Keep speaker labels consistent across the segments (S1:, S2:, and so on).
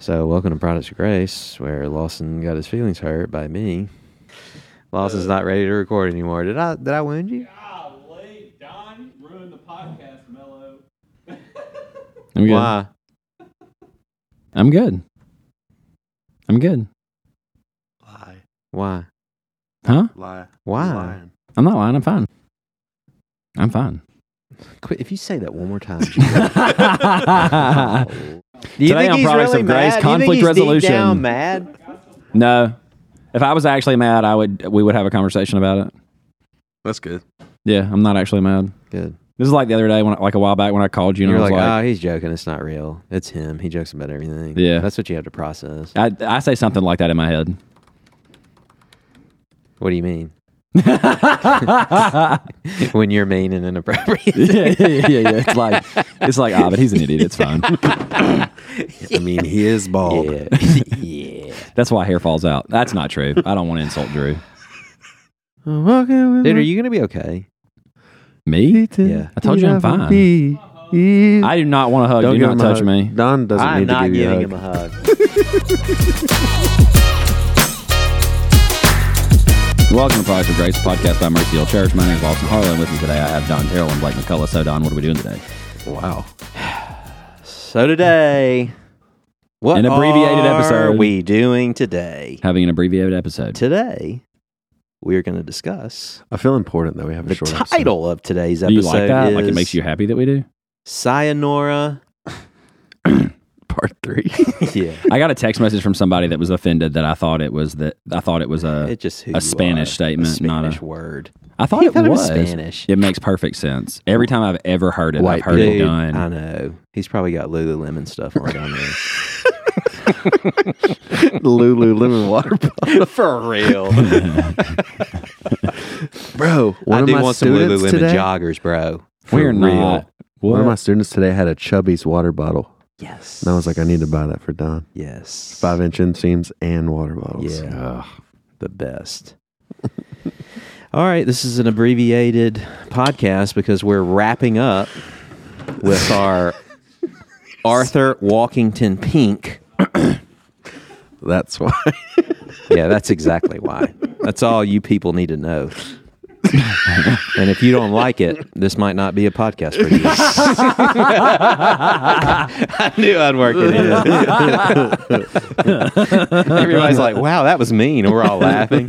S1: So, welcome to Products of Grace, where Lawson got his feelings hurt by me. Lawson's
S2: Uh,
S1: not ready to record anymore. Did I did I wound you?
S3: Golly, Don, you ruined the podcast, Mello.
S2: I'm good.
S1: Why?
S2: I'm good. I'm good.
S4: Lie,
S1: Why?
S2: Huh?
S4: lie.
S1: Why?
S4: Lying.
S2: I'm not lying. I'm fine. I'm fine.
S1: Quit, if you say that one more time.
S2: no,
S1: Do you
S2: Today
S1: think
S2: on
S1: he's
S2: Products
S1: really mad?
S2: of Grace,
S1: Do you think
S2: conflict
S1: he's deep
S2: resolution.
S1: down mad?
S2: if I was actually mad, I would. We would have a conversation about it.
S4: That's good.
S2: Yeah, I'm not actually mad.
S1: Good.
S2: This is like the other day, when I- like a while back when I called you, and
S1: You're
S2: I was
S1: like,
S2: like,
S1: oh, he's joking. It's not real. It's him. He jokes about everything.
S2: Yeah.
S1: That's what you have to process.
S4: "Ah."
S2: I, I say something like that in my head.
S1: What do you mean? when you're mean and inappropriate.
S2: yeah, yeah, yeah, yeah. It's like it's like ah, but he's an idiot. It's fine.
S4: I mean, he is bald.
S1: yeah. yeah.
S2: That's why hair falls out. That's not true. I don't want to insult Drew.
S1: Dude, are you going to be okay?
S2: Me?
S1: Yeah.
S2: I told you I'm fine. I do not want to hug. do
S4: give
S2: not
S4: him a
S2: touch
S4: hug.
S2: me.
S4: Don doesn't
S1: I'm
S4: need to
S1: not
S4: give
S1: giving
S4: you
S1: him a hug.
S2: Welcome to Products of Grace, a podcast by Mercy Hill Church. My name is Austin Harlow, and with me today I have Don Terrell and Blake McCullough. So, Don, what are we doing today?
S4: Wow.
S1: So today, what
S2: An abbreviated
S1: are
S2: episode.
S1: we doing today?
S2: Having an abbreviated episode.
S1: Today, we are going to discuss
S4: I feel important that we have a
S1: the
S4: short
S1: title
S4: episode.
S1: of today's
S2: Do
S1: episode.
S2: you like that?
S1: Is
S2: Like it makes you happy that we do?
S1: Sayonara.
S4: part three.
S1: yeah,
S2: I got a text message from somebody that was offended that I thought it was that I thought it was a.
S1: it just who
S2: a
S1: you
S2: Spanish
S1: are.
S2: statement,
S1: a
S2: not a-
S1: Spanish word.
S2: I thought
S1: He
S2: it
S1: thought it
S2: was
S1: was Spanish.
S2: It makes perfect sense. Every time I've ever heard it, I've heard it
S1: dude,
S2: done.
S1: I know he's probably got Lululemon stuff on down there.
S4: Lululemon water bottle.
S1: For real,
S4: Bro, one
S1: I
S4: of
S1: do
S4: my
S1: want some
S4: students
S1: Lululemon
S4: today.
S1: joggers, bro.
S2: We're
S4: For
S2: not.
S4: real. One of my students today had a Chubby's water bottle,
S1: Yes,
S4: and I was like, I need to buy that for Don.
S1: yes,
S4: Five inch inseams and water bottles.
S1: Yeah. the best. All right, this is an abbreviated podcast because we're wrapping up with our Arthur Walkington Pink.
S4: that's why.
S1: Yeah, that's exactly why. That's all you people need to know. and if you don't like it, this might not be a podcast for you. I knew I'd work it in. Everybody's like, "Wow, that was mean," and we're all laughing.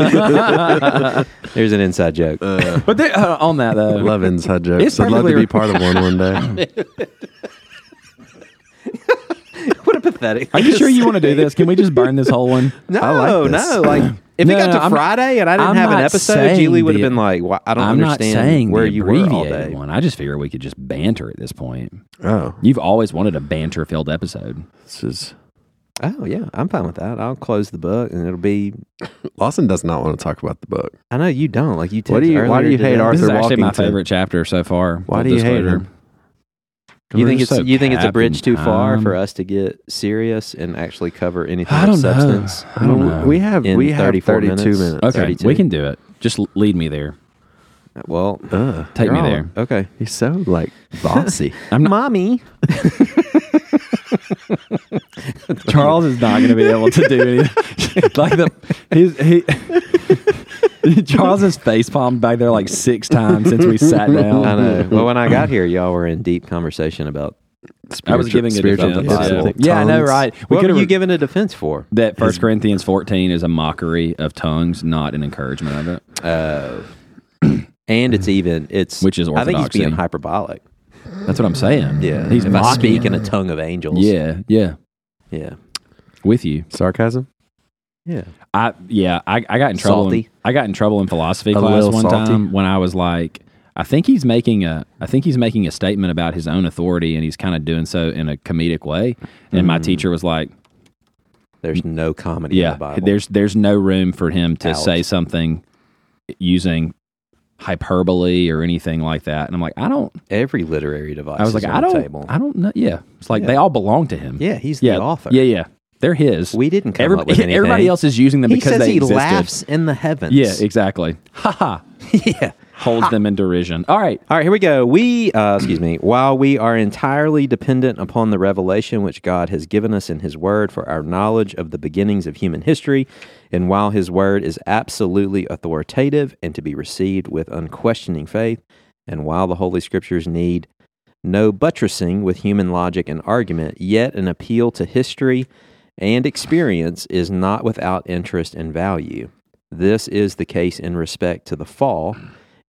S1: There's an inside joke.
S2: But they, uh, on that though,
S4: love inside jokes.
S2: It's
S4: I'd love to
S2: perfectly-
S4: be part of one one day.
S1: what a pathetic.
S2: are you sure you want to do this? Can we just burn this whole one?
S1: No,
S4: like this.
S1: no. Like if
S2: No,
S1: it got
S2: no,
S1: to
S2: I'm-
S1: Friday and I didn't
S2: I'm
S1: have an
S2: not
S1: episode,
S2: saying
S1: Julie would have
S2: the-
S1: been like, "Why- "I don't
S2: I'm not
S1: understand
S2: saying
S1: where
S2: the
S1: you were all
S2: abbreviated
S1: day."
S2: One. I just figure we could just banter at this point.
S4: Oh,
S2: You've always wanted a banter-filled episode.
S4: this is
S1: Oh yeah, I'm fine with that. I'll close the book and it'll be.
S4: Lawson does not want to talk about the book.
S1: I know you don't like you.
S4: What do
S1: text
S4: you- why
S1: earlier
S4: do you
S1: today.
S4: hate
S2: This
S4: Arthur
S2: is actually my
S4: Walkington.
S2: favorite chapter so far.
S4: Why
S2: full
S4: do you hate
S2: disclosure.
S4: him?
S1: You
S2: We're
S1: think it's
S2: just so Um,
S1: you think it's a bridge too
S2: capped in
S1: far
S2: time.
S1: for us to get serious and actually cover anything
S2: I
S1: of
S2: don't know.
S1: substance?
S2: I don't know.
S4: We have
S1: In
S4: we have
S1: 34
S4: thirty two
S1: minutes.
S4: minutes.
S2: Okay,
S1: 32.
S2: we can do it. Just l- lead me there.
S1: Uh, Well,
S4: Ugh,
S2: Take
S1: you're
S2: me
S1: all-
S2: there.
S1: Okay,
S4: he's so like bossy.
S2: I'm not,
S1: mommy.
S2: Charles is not going to be able to do anything. like the he's, he. Charles has face palmed back there like six times since we sat down.
S1: I know. Well, when I got here, y'all were in deep conversation about
S2: I was giving a
S4: spiritual
S2: defense. Yeah.
S4: Bible.
S2: yeah, I know,
S4: Tongues.
S2: right?
S1: what were
S2: could've-
S1: you giving a defense for?
S2: that First Corinthians 14 is a mockery of tongues, not an encouragement of it.
S1: And it's even it's
S2: Which is
S1: I think he's being
S2: orthodoxy.
S1: hyperbolic.
S2: That's what I'm saying.
S1: he's
S2: he's
S1: if I
S2: mocking.
S1: speak in a tongue of angels.
S2: Yeah, yeah,
S1: yeah,
S2: with you.
S4: sarcasm.
S1: yeah.
S2: I yeah, I, I got in trouble. in-
S1: Salty.
S2: I got in trouble in philosophy
S4: A
S2: class
S4: little
S2: one
S4: salty.
S2: time when I was like, I think he's making a, I think he's making a statement about his own authority, and he's kind of doing so in a comedic way. And my teacher was like,
S1: There's no comedy in
S2: Yeah,
S1: Mm-hmm. the Bible.
S2: there's there's no room for him to
S1: Ouch.
S2: say something using hyperbole or anything like that. And I'm like, I don't.
S1: every literary device.
S2: I was
S1: is
S2: like,
S1: on
S2: I
S1: the
S2: don't.
S1: table.
S2: I don't know. Yeah, it's like
S1: Yeah.
S2: they all belong to him.
S1: yeah, he's
S2: yeah,
S1: the author.
S2: Yeah, yeah, they're his.
S1: We didn't come
S2: Every-
S1: up with anything.
S2: everybody else is using them
S1: He
S2: because
S1: says
S2: they
S1: he
S2: existed.
S1: laughs in the heavens.
S2: Yeah, exactly. Ha ha.
S1: yeah.
S2: holds them in derision. All right.
S1: All right, here we go. We, uh, excuse me, while we are entirely dependent upon the revelation which God has given us in His Word for our knowledge of the beginnings of human history, and while His Word is absolutely authoritative and to be received with unquestioning faith, and while the Holy Scriptures need no buttressing with human logic and argument, yet an appeal to history and experience is not without interest and value. This is the case in respect to the fall,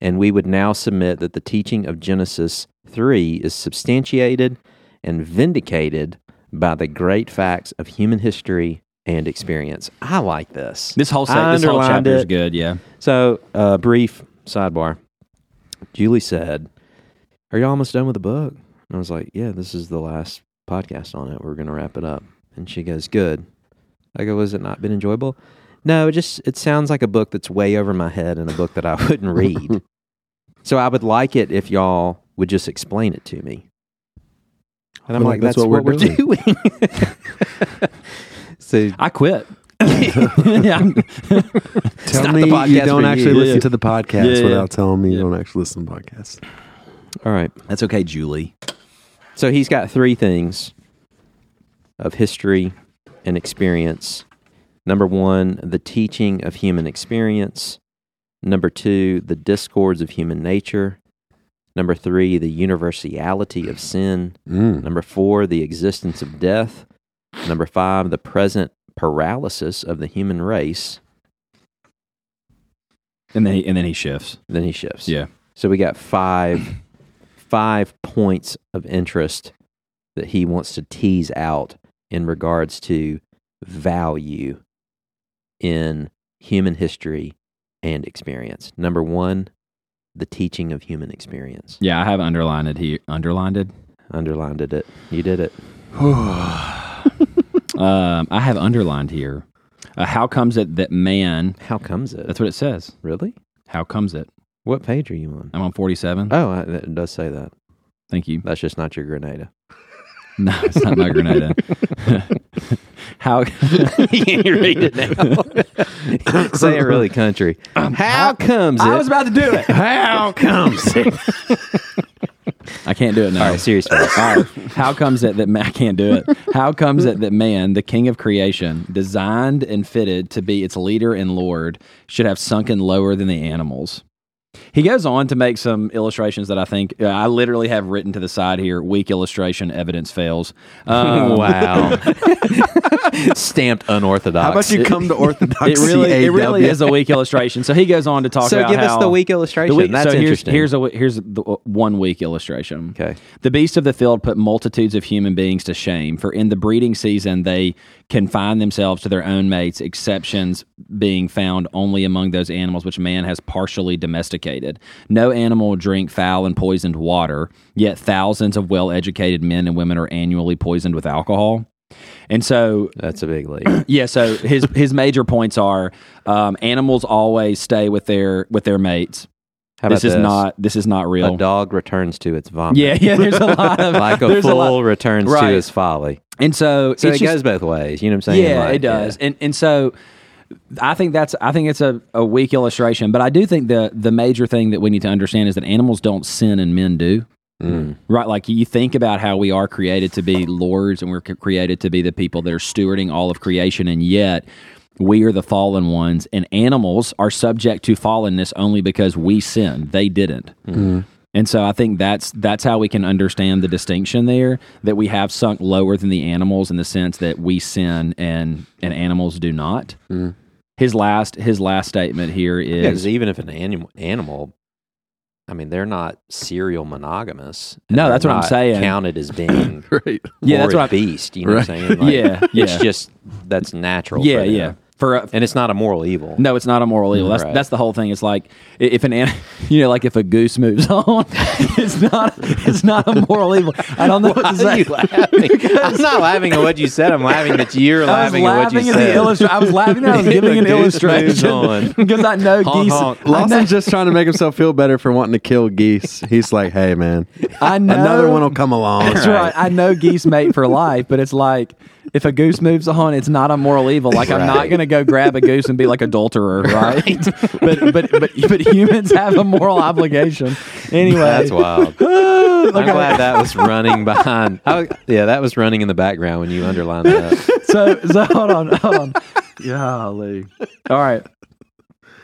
S1: and we would now submit that the teaching of Genesis 3 is substantiated and vindicated by the great facts of human history and experience. I like this.
S2: This whole,
S1: I
S2: se- this whole
S1: underlined
S2: chapter is
S1: it.
S2: good. Yeah.
S1: So, uh, brief sidebar. Julie said, "Are you almost done with the book?" And I was like, "Yeah, this is the last podcast on it. We're going to wrap it up." And she goes, "Good." I go, "Was it not been enjoyable?" No, it just it sounds like a book that's way over my head and a book that I wouldn't read. so I would like it if y'all would just explain it to me. And I'm
S4: Well,
S1: like, "That's, what, we're doing." so
S2: I quit. yeah. I'm-
S4: Tell
S1: not the
S4: me you
S1: podcast
S4: don't
S1: for
S4: actually
S1: you.
S4: listen
S1: Yeah.
S4: to the podcast
S2: Yeah, yeah.
S4: without telling me you don't actually listen to the podcast.
S1: all right.
S2: That's okay, Julie.
S1: So he's got three things of history and experience. Number one, the teaching of human experience. Number two, the discords of human nature. Number three, the universality of sin.
S4: Mm.
S1: Number four, the existence of death. Number five, the present paralysis of the human race.
S2: And then he, and then he shifts.
S1: Then he shifts.
S2: Yeah.
S1: So we got five five points of interest that he wants to tease out in regards to value in human history and experience. Number 1, the teaching of human experience.
S2: Yeah, I have underlined it here. Underlined it.
S1: Underlined it. You did it.
S2: Um, I have underlined here. Uh, how comes it that man?
S1: How comes it?
S2: That's what it says.
S1: really?
S2: How comes it?
S1: What page are you on?
S2: I'm on 47.
S1: Oh, I- it does say that.
S2: Thank you.
S1: That's just not your Grenada.
S2: No, it's not my Grenada. how?
S1: you can't read it now. say it really country. Um, how comes it?
S2: about to do it.
S1: How comes it?
S2: I can't do it now.
S1: All right, seriously.
S2: All right. How comes it that man, I can't do it? How comes it that man, the king of creation, designed and fitted to be its leader and lord, should have sunken lower than the animals? He goes on to make some illustrations that I think uh, I literally have written to the side here. Weak illustration, evidence fails. Um,
S1: wow. Stamped unorthodox.
S4: How about you come to Orthodoxy?
S2: It really, it really
S4: AW?
S2: is a weak illustration. So he goes on to talk
S1: So
S2: about
S1: give us
S2: how-
S1: the weak illustration.
S2: the weak-
S1: That's
S2: so here's,
S1: interesting.
S2: Here's a w- here's the uh, one weak illustration.
S1: okay.
S2: The beasts of the field put multitudes of human beings to shame, for in the breeding season they confine themselves to their own mates, exceptions being found only among those animals which man has partially domesticated. No animal will drink foul and poisoned water, yet thousands of well educated men and women are annually poisoned with alcohol. And so
S1: That's a big leap.
S2: yeah, so his his major points are um, animals always stay with their with their mates.
S1: How about
S2: This is not this is not
S1: A
S2: real.
S1: dog returns to its vomit.
S2: Yeah, yeah. There's a lot of
S1: Like a
S2: there's lot-
S1: fool returns
S2: Right.
S1: to his folly.
S2: and so
S1: So
S2: it's
S1: it
S2: just-
S1: goes both ways. You know what I'm saying?
S2: Yeah,
S1: Like,
S2: it does. And and so I think that's I think it's a, a weak illustration, but I do think the the major thing that we need to understand is that animals don't sin and men do.
S1: Mm.
S2: Right, like you think about how we are created to be lords, and we're c- created to be the people that are stewarding all of creation, and yet we are the fallen ones, and animals are subject to fallenness only because we sinned; they didn't.
S4: Mm.
S2: And so I think that's that's how we can understand the distinction there that we have sunk lower than the animals in the sense that we sin and and animals do not.
S4: Mm.
S2: His last his last statement here
S1: Yeah, because
S2: is
S1: even if an animal, animal, I mean, they're not serial monogamous. and
S2: No,
S1: they're
S2: that's what I'm
S1: not
S2: saying.
S1: Counted as being
S4: Right.
S2: Yeah, that's
S1: or
S2: what
S1: a
S2: I'm-
S1: beast. You know what I'm saying?
S2: Yeah, yeah.
S1: It's just that's natural.
S2: yeah
S1: for them.
S2: yeah for a,
S1: and it's not a moral evil.
S2: no it's not a moral evil that's
S1: Right.
S2: that's the whole thing it's like i- if an an you know like if a goose moves on it's not it's not a moral evil I don't know what to
S1: Why are
S2: say.
S1: you laughing? I'm not laughing at what you said. I'm laughing that you're
S2: I was
S1: laughing, at what
S2: laughing
S1: you
S2: at the
S1: said.
S2: illustration. I was laughing. that I was
S1: If a
S2: giving an
S1: goose moves
S2: illustration
S1: on.
S2: because I know
S1: Honk,
S2: geese.
S1: honk.
S2: I know,
S4: Lawson's just trying to make himself feel better for wanting to kill geese. He's like, hey, man,
S2: I know
S4: another one will come along.
S2: That's right. I know geese mate for life, but it's like if a goose moves on, it's not a moral evil. Like I'm not
S1: Right.
S2: going to go grab a goose and be like adulterer, right? but, but but but humans have a moral obligation. Anyway,
S1: That's wild. I'm glad that was running behind. I, yeah, that was running in the background when you underlined that.
S2: so so hold on, hold on. Golly. All right.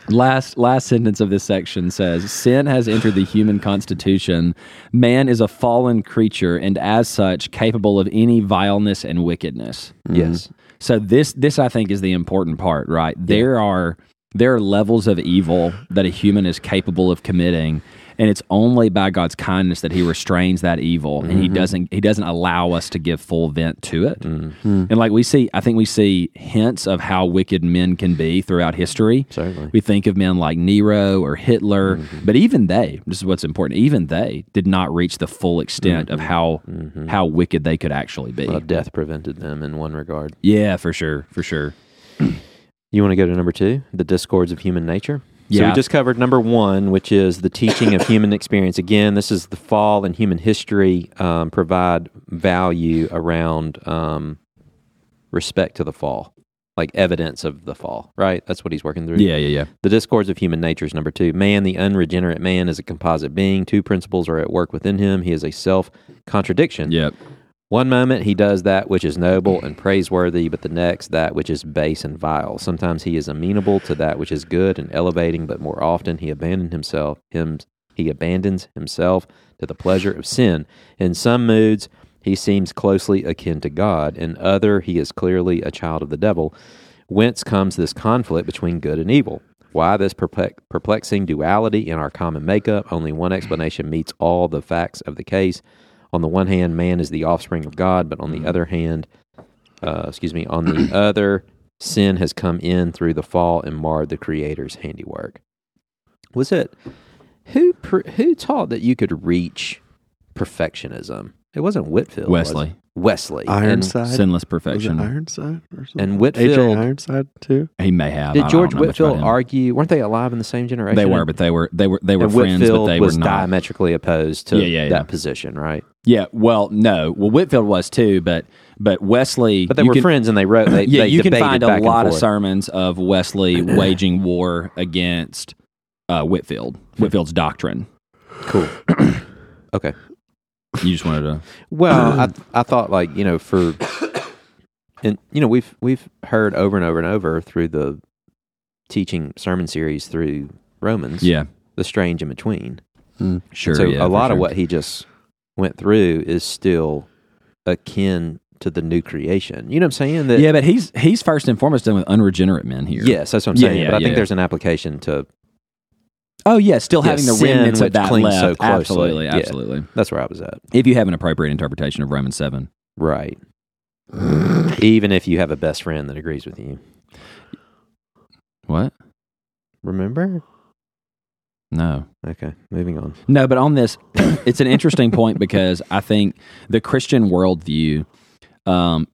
S2: Last last sentence of this section says sin has entered the human constitution. Man is a fallen creature and as such capable of any vileness and wickedness.
S1: Yes.
S2: So this this I think is the important part, right? There are there are levels of evil that a human is capable of committing, and it's only by God's kindness that He restrains that evil, and
S1: Mm-hmm.
S2: He doesn't He doesn't allow us to give full vent to it. And like we see, I think we see hints of how wicked men can be throughout history.
S1: Certainly. Mm-hmm.
S2: we think of men like Nero or Hitler, but even they, this is what's important, even they did not reach the full extent of how how wicked they could actually be.
S1: Mm-hmm. Well, death prevented them in one regard.
S2: yeah, for sure, for sure.
S1: You want to go to number two, the discords of human nature? So
S2: Yeah.
S1: we just covered number one, which is the teaching of human experience. Again, this is the fall and human history um, provide value around um, respect to the fall, like evidence of the fall, right? That's what he's working through.
S2: Yeah, yeah, yeah.
S1: The discords of human nature is number two. Man, the unregenerate man, is a composite being. Two principles are at work within him. He is a self contradiction.
S2: Yep.
S1: One moment he does that which is noble and praiseworthy, but the next that which is base and vile. Sometimes he is amenable to that which is good and elevating, but more often he abandons himself him he abandons himself to the pleasure of sin. In some moods he seems closely akin to God, in other he is clearly a child of the devil. Whence comes this conflict between good and evil? Why this perplex- perplexing duality in our common makeup? Only one explanation meets all the facts of the case. On the one hand, man is the offspring of God, but on
S2: Mm-hmm.
S1: the other hand, uh, excuse me, on the other, sin has come in through the fall and marred the Creator's handiwork. Was it who pr- who taught that you could reach perfectionism? It wasn't Whitfield. was it?
S2: Wesley.
S1: Wesley. And-
S4: Ironside.
S2: Sinless
S4: Was it
S2: perfection.
S4: Ironside or something?
S1: And
S4: H.A.
S1: Whitfield
S4: Ironside too.
S2: He may have. I- I
S1: Did
S2: don't
S1: George
S2: know much about
S1: Whitfield
S2: him.
S1: argue? Weren't they alive in the same generation?
S2: They were, but they were they were they were
S1: and
S2: friends,
S1: Whitfield
S2: but they
S1: was
S2: were not.
S1: diametrically opposed to
S2: Yeah, yeah, yeah.
S1: that position, right?
S2: Yeah. Well, no. Well, Whitfield was too, but but Wesley.
S1: But they
S2: you
S1: were
S2: can-
S1: friends, and they wrote. They,
S2: Yeah,
S1: they
S2: you can
S1: debated
S2: find a
S1: back and
S2: lot of
S1: forth.
S2: sermons of Wesley waging war against uh, Whitfield. Whitfield's doctrine.
S1: Cool. okay.
S2: You just wanted to.
S1: Well, I I thought like you know for, and you know we've we've heard over and over and over through the teaching sermon series through Romans,
S2: Yeah.
S1: the strange in between.
S2: Sure.
S1: so
S2: yeah,
S1: a
S2: for
S1: lot of
S2: sure.
S1: what he just went through is still akin to the new creation. You know what I'm saying? That
S2: Yeah, but he's he's first and foremost done with unregenerate men here.
S1: yes, that's what I'm
S2: Yeah,
S1: saying.
S2: yeah,
S1: but I
S2: yeah.
S1: think there's an application to
S2: Oh yeah, still
S1: Yeah,
S2: having the
S1: sin,
S2: remnants
S1: which
S2: of that
S1: clings
S2: left.
S1: so closely.
S2: Absolutely.
S1: Yeah.
S2: Absolutely.
S1: that's where I was at.
S2: If you have an appropriate interpretation of Romans seven.
S1: Right. Even if you have a best friend that agrees with you.
S2: What?
S1: Remember?
S2: No.
S1: Okay, moving on.
S2: No, but on this, it's an interesting point because I think the Christian worldview um,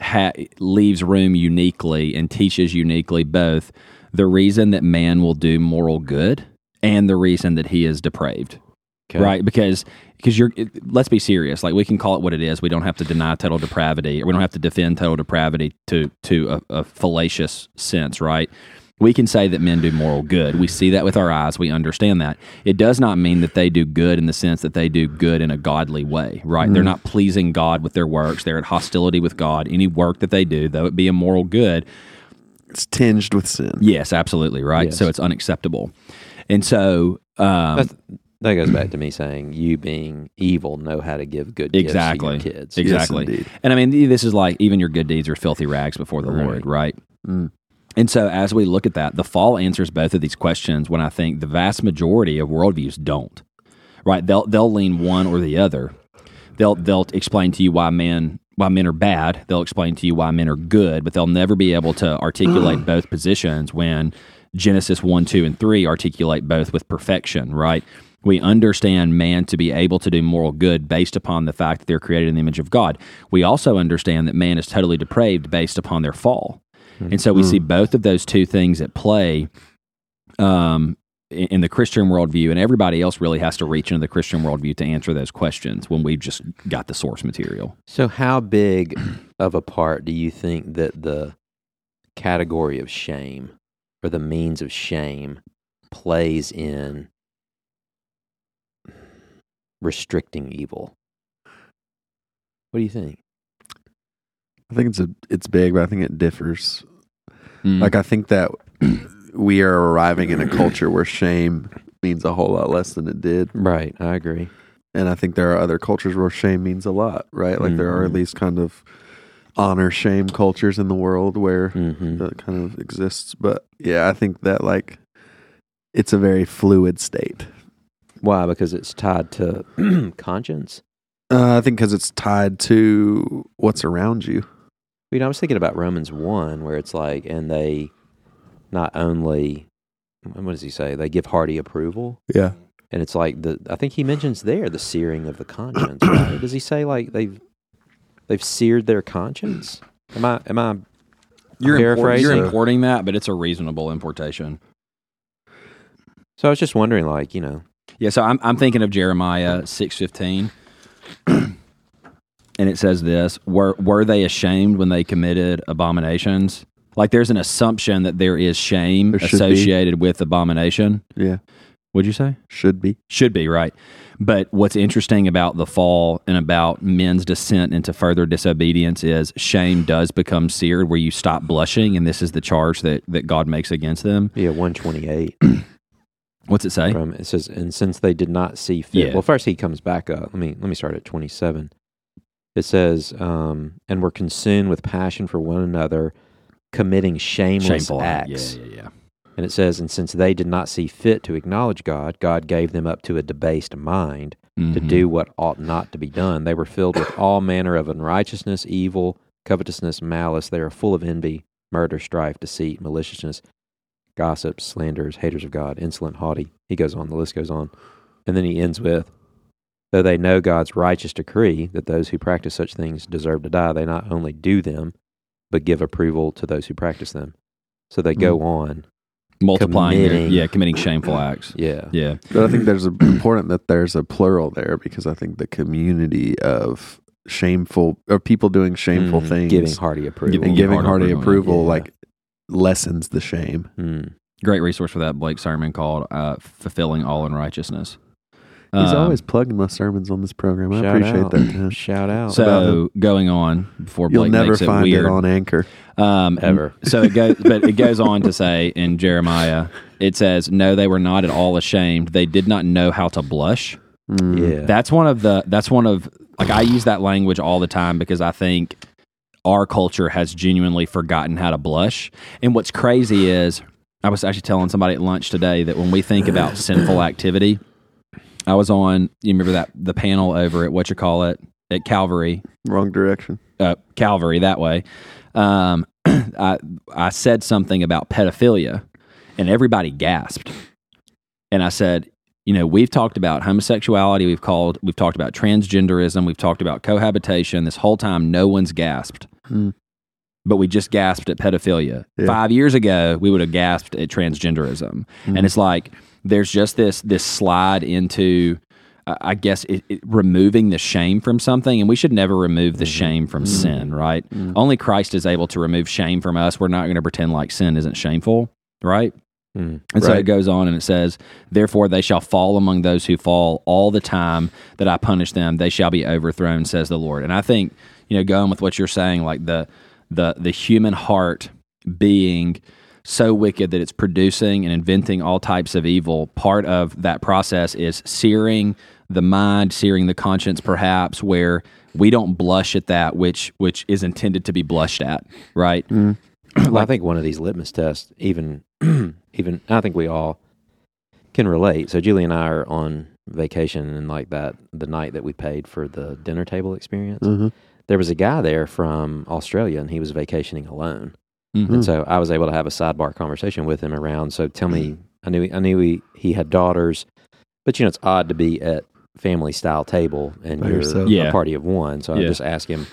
S2: ha- leaves room uniquely and teaches uniquely both the reason that man will do moral good and the reason that he is depraved.
S1: Okay.
S2: Right, because because you're. it- Let's be serious. Like we can call it what it is. We don't have to deny total depravity, or we don't have to defend total depravity to to a, a fallacious sense. Right, we can say that men do moral good. We see that with our eyes. We understand that. It does not mean that they do good in the sense that they do good in a godly way. Right, they're not pleasing God with their works. They're at hostility with God. Any work that they do, though it be a moral good,
S4: It's tinged with sin.
S2: yes, absolutely right. So it's unacceptable, and so. Um,
S1: That's, that goes back to me saying you being evil know how to give good
S2: Exactly.
S1: gifts to your kids.
S2: Exactly.
S4: indeed.
S2: and I mean, this is like even your good deeds are filthy rags before the Lord, right? And so, as we look at that, the fall answers both of these questions. When I think the vast majority of worldviews don't, right? They'll they'll lean one or the other. They'll they'll explain to you why men why men are bad. They'll explain to you why men are good, but they'll never be able to articulate both positions when Genesis one, two, and three articulate both with perfection, right? We understand man to be able to do moral good based upon the fact that they're created in the image of God. We also understand that man is totally depraved based upon their fall. And so we see both of those two things at play um, in in the Christian worldview, and everybody else really has to reach into the Christian worldview to answer those questions when we've just got the source material.
S1: So, how big of a part do you think that the category of shame or the means of shame plays in restricting evil? What do you think?
S4: I think it's a it's big, but I think it differs.
S2: Mm.
S1: Mm.
S4: Like I think that we are arriving in a culture where shame means a whole lot less than it did,
S1: Right, I agree.
S4: and I think there are other cultures where shame means a lot, right? Like there are at
S1: Mhm.
S4: least kind of honor shame cultures in the world where
S1: hmm
S4: that kind of exists. But yeah, I think that like it's a very fluid state.
S1: Why? Because it's tied to conscience.
S4: Uh, I think because it's tied to what's around you.
S1: You know, I was thinking about Romans 1, where it's like, and they not only, what does he say? They give hearty approval.
S4: Yeah.
S1: And it's like the I think he mentions there the searing of the conscience. right? Does he say like they've they've seared their conscience? Am I am I
S2: you're, import- you're
S1: paraphrasing.
S2: importing that, but it's a reasonable importation.
S1: so I was just wondering like, you know,
S2: Yeah, so I'm I'm thinking of Jeremiah six fifteen, and it says this: were were they ashamed when they committed abominations? Like there's an assumption that there is shame
S4: There should be.
S2: associated with abomination.
S4: Yeah.
S2: Would you say?
S4: Should be.
S2: Should be right. But what's interesting about the fall and about men's descent into further disobedience is shame does become seared where you stop blushing, and this is the charge that, that God makes against them.
S1: yeah, 128
S2: What's it say?
S1: from it says and since they did not see fit.
S2: Yeah.
S1: Well, first he comes back up. Let me let me start at 27. It says um and were consumed with passion for one another committing shameless
S2: act.
S1: acts.
S2: Yeah, yeah, yeah.
S1: And it says, and since they did not see fit to acknowledge God, God gave them up to a debased mind to
S2: Mhm.
S1: do what ought not to be done. They were filled with all manner of unrighteousness, evil, covetousness, malice. They are full of envy, murder, strife, deceit, maliciousness, gossip, slanders, haters of God, insolent, haughty. He goes on, the list goes on. And then he ends with, though they know God's righteous decree that those who practice such things deserve to die, they not only do them, but give approval to those who practice them. So they go on.
S2: multiplying their-
S1: committing-
S2: yeah committing shameful acts
S1: Yeah.
S2: yeah
S4: But I think there's a, important that there's a plural there because I think the community of shameful or people doing shameful
S1: Mm,
S4: things
S1: Giving hearty approval.
S4: and giving
S2: Hard
S4: hearty
S2: Mm-hmm. approval,
S4: approval
S1: yeah.
S4: like lessens the shame.
S1: Mm.
S2: great resource for that blake sermon called uh, fulfilling all unrighteousness
S4: He's
S2: Um,
S4: always plugging my sermons on this program. I
S1: Shout
S4: appreciate
S1: out.
S4: that. man.
S1: Shout out.
S2: so going on before
S4: You'll
S2: blake
S4: never
S2: makes it
S4: find
S2: weird
S4: it on Anchor.
S2: um,
S1: Ever.
S2: and so it goes but it goes on to say in jeremiah it says no they were not at all ashamed they did not know how to blush
S4: mm,
S1: yeah.
S2: That's one of the that's one of like I use that language all the time because I think our culture has genuinely forgotten how to blush. And what's crazy is I was actually telling somebody at lunch today that when we think about sinful activity, I was on you remember that the panel over at what you call it at Calvary
S4: Wrong direction.
S2: uh, Calvary that way, um, I I said something about pedophilia, and everybody gasped. And I said, you know, we've talked about homosexuality, we've called, we've talked about transgenderism, we've talked about cohabitation. This whole time, no one's gasped,
S4: Hmm.
S2: but we just gasped at pedophilia.
S4: Yeah.
S2: Five years ago, we would have gasped at transgenderism,
S4: Hmm.
S2: and it's like there's just this this slide into I I guess it, it, removing the shame from something, and we should never remove the shame from sin, right? Only Christ is able to remove shame from us. We're not going to pretend like sin isn't shameful, right?
S1: Mm.
S2: And so it
S4: Right.
S2: goes on and it says, Therefore they shall fall among those who fall all the time that I punish them, they shall be overthrown, says the Lord. And I think, you know, going with what you're saying, like the the the human heart being so wicked that it's producing and inventing all types of evil, part of that process is searing the mind, searing the conscience perhaps, where we don't blush at that which which is intended to be blushed at, right?
S1: Well, I think one of these litmus tests, even, even I think we all can relate. So Julie and I are on vacation, and like that, the night that we paid for the dinner table experience,
S2: Mm-hmm.
S4: Mhm.
S1: there was a guy there from Australia, and he was vacationing alone.
S4: Hmm.
S2: Mhm.
S1: And so I was able to have a sidebar conversation with him around. So tell
S4: Hmm.
S1: me, I knew I knew he, he had daughters, but you know it's odd to be at family style table and
S4: By
S1: you're
S4: yourself.
S2: Yeah.
S1: a party of one. So I
S2: Yeah.
S1: just asked him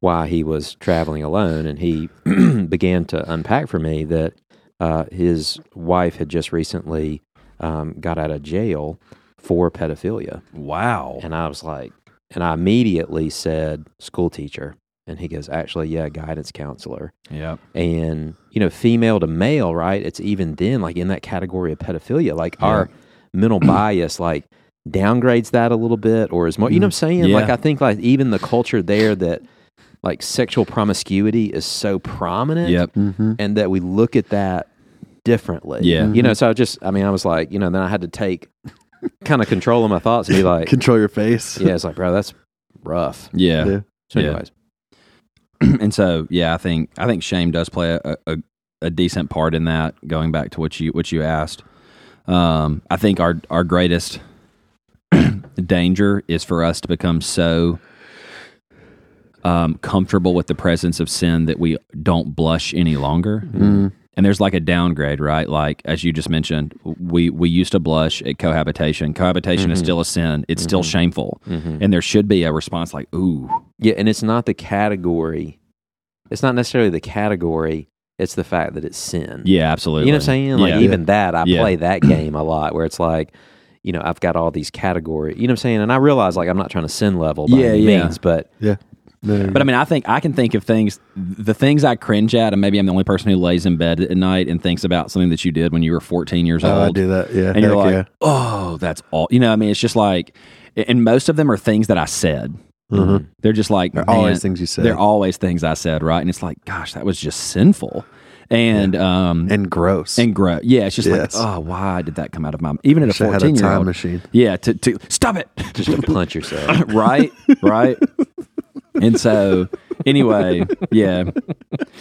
S1: why he was traveling alone, and he began to unpack for me that uh, his wife had just recently um, got out of jail for pedophilia.
S2: Wow.
S1: And I was like, and I immediately said, school teacher. And he goes, actually, yeah, guidance counselor.
S2: Yeah.
S1: And, you know, female to male, right? It's even then, like in that category of pedophilia, like our mental bias, like, downgrades that a little bit or is more, you know what I'm saying?
S2: Mm-hmm. Yeah.
S1: Like, I think, like, even the culture there that, like, sexual promiscuity is so prominent
S2: Yep.
S4: Mm-hmm.
S1: and that we look at that differently.
S2: Yeah.
S1: You know, so I just, I mean, I was like, you know, then I had to take kind of control of my thoughts and be like,
S4: Control your face.
S1: yeah, it's like, bro, that's rough.
S2: Yeah.
S4: Yeah.
S1: So,
S2: Yeah.
S1: anyways,
S2: and so yeah, I think I think shame does play a, a, a decent part in that. Going back to what you what you asked, um, I think our our greatest danger is for us to become so um, comfortable with the presence of sin that we don't blush any longer.
S1: Mm-hmm.
S2: And there's like a downgrade, right? Like as you just mentioned, we we used to blush at cohabitation. Cohabitation
S1: Mm-hmm.
S2: is still a sin. It's still shameful, and there should be a response like, "Ooh,
S1: yeah, and it's not the category, it's not necessarily the category, it's the fact that it's sin.
S2: yeah, absolutely."
S1: You know what I'm saying? Like
S2: Yeah.
S1: even that, I
S2: Yeah.
S1: play that game a lot where it's like, you know, I've got all these categories. You know what I'm saying? And I realize like I'm not trying to sin level by
S2: Yeah,
S1: any
S2: yeah.
S1: means, but
S4: Yeah. No.
S2: But I mean, I think I can think of things, the things I cringe at, and maybe I'm the only person who lays in bed at night and thinks about something that you did when you were 14 years
S4: Oh,
S2: old.
S4: I do that. Yeah.
S2: And you're
S4: Heck
S2: like,
S4: yeah.
S2: oh, that's all. You know, I mean, it's just like, and most of them are things that I said.
S4: Mhm.
S2: They're just like,
S4: They're always
S2: man,
S4: things you said.
S2: They're always things I said, right? And it's like, gosh, that was just sinful. And, um,
S4: and gross.
S2: and grow. Yeah, it's just
S4: Yes.
S2: like, oh, why did that come out of my even at a
S4: Wish I had a
S2: fourteen year
S4: time
S2: old
S4: machine.
S2: Yeah, to, to stop it.
S1: just to punch yourself.
S2: right right and so anyway yeah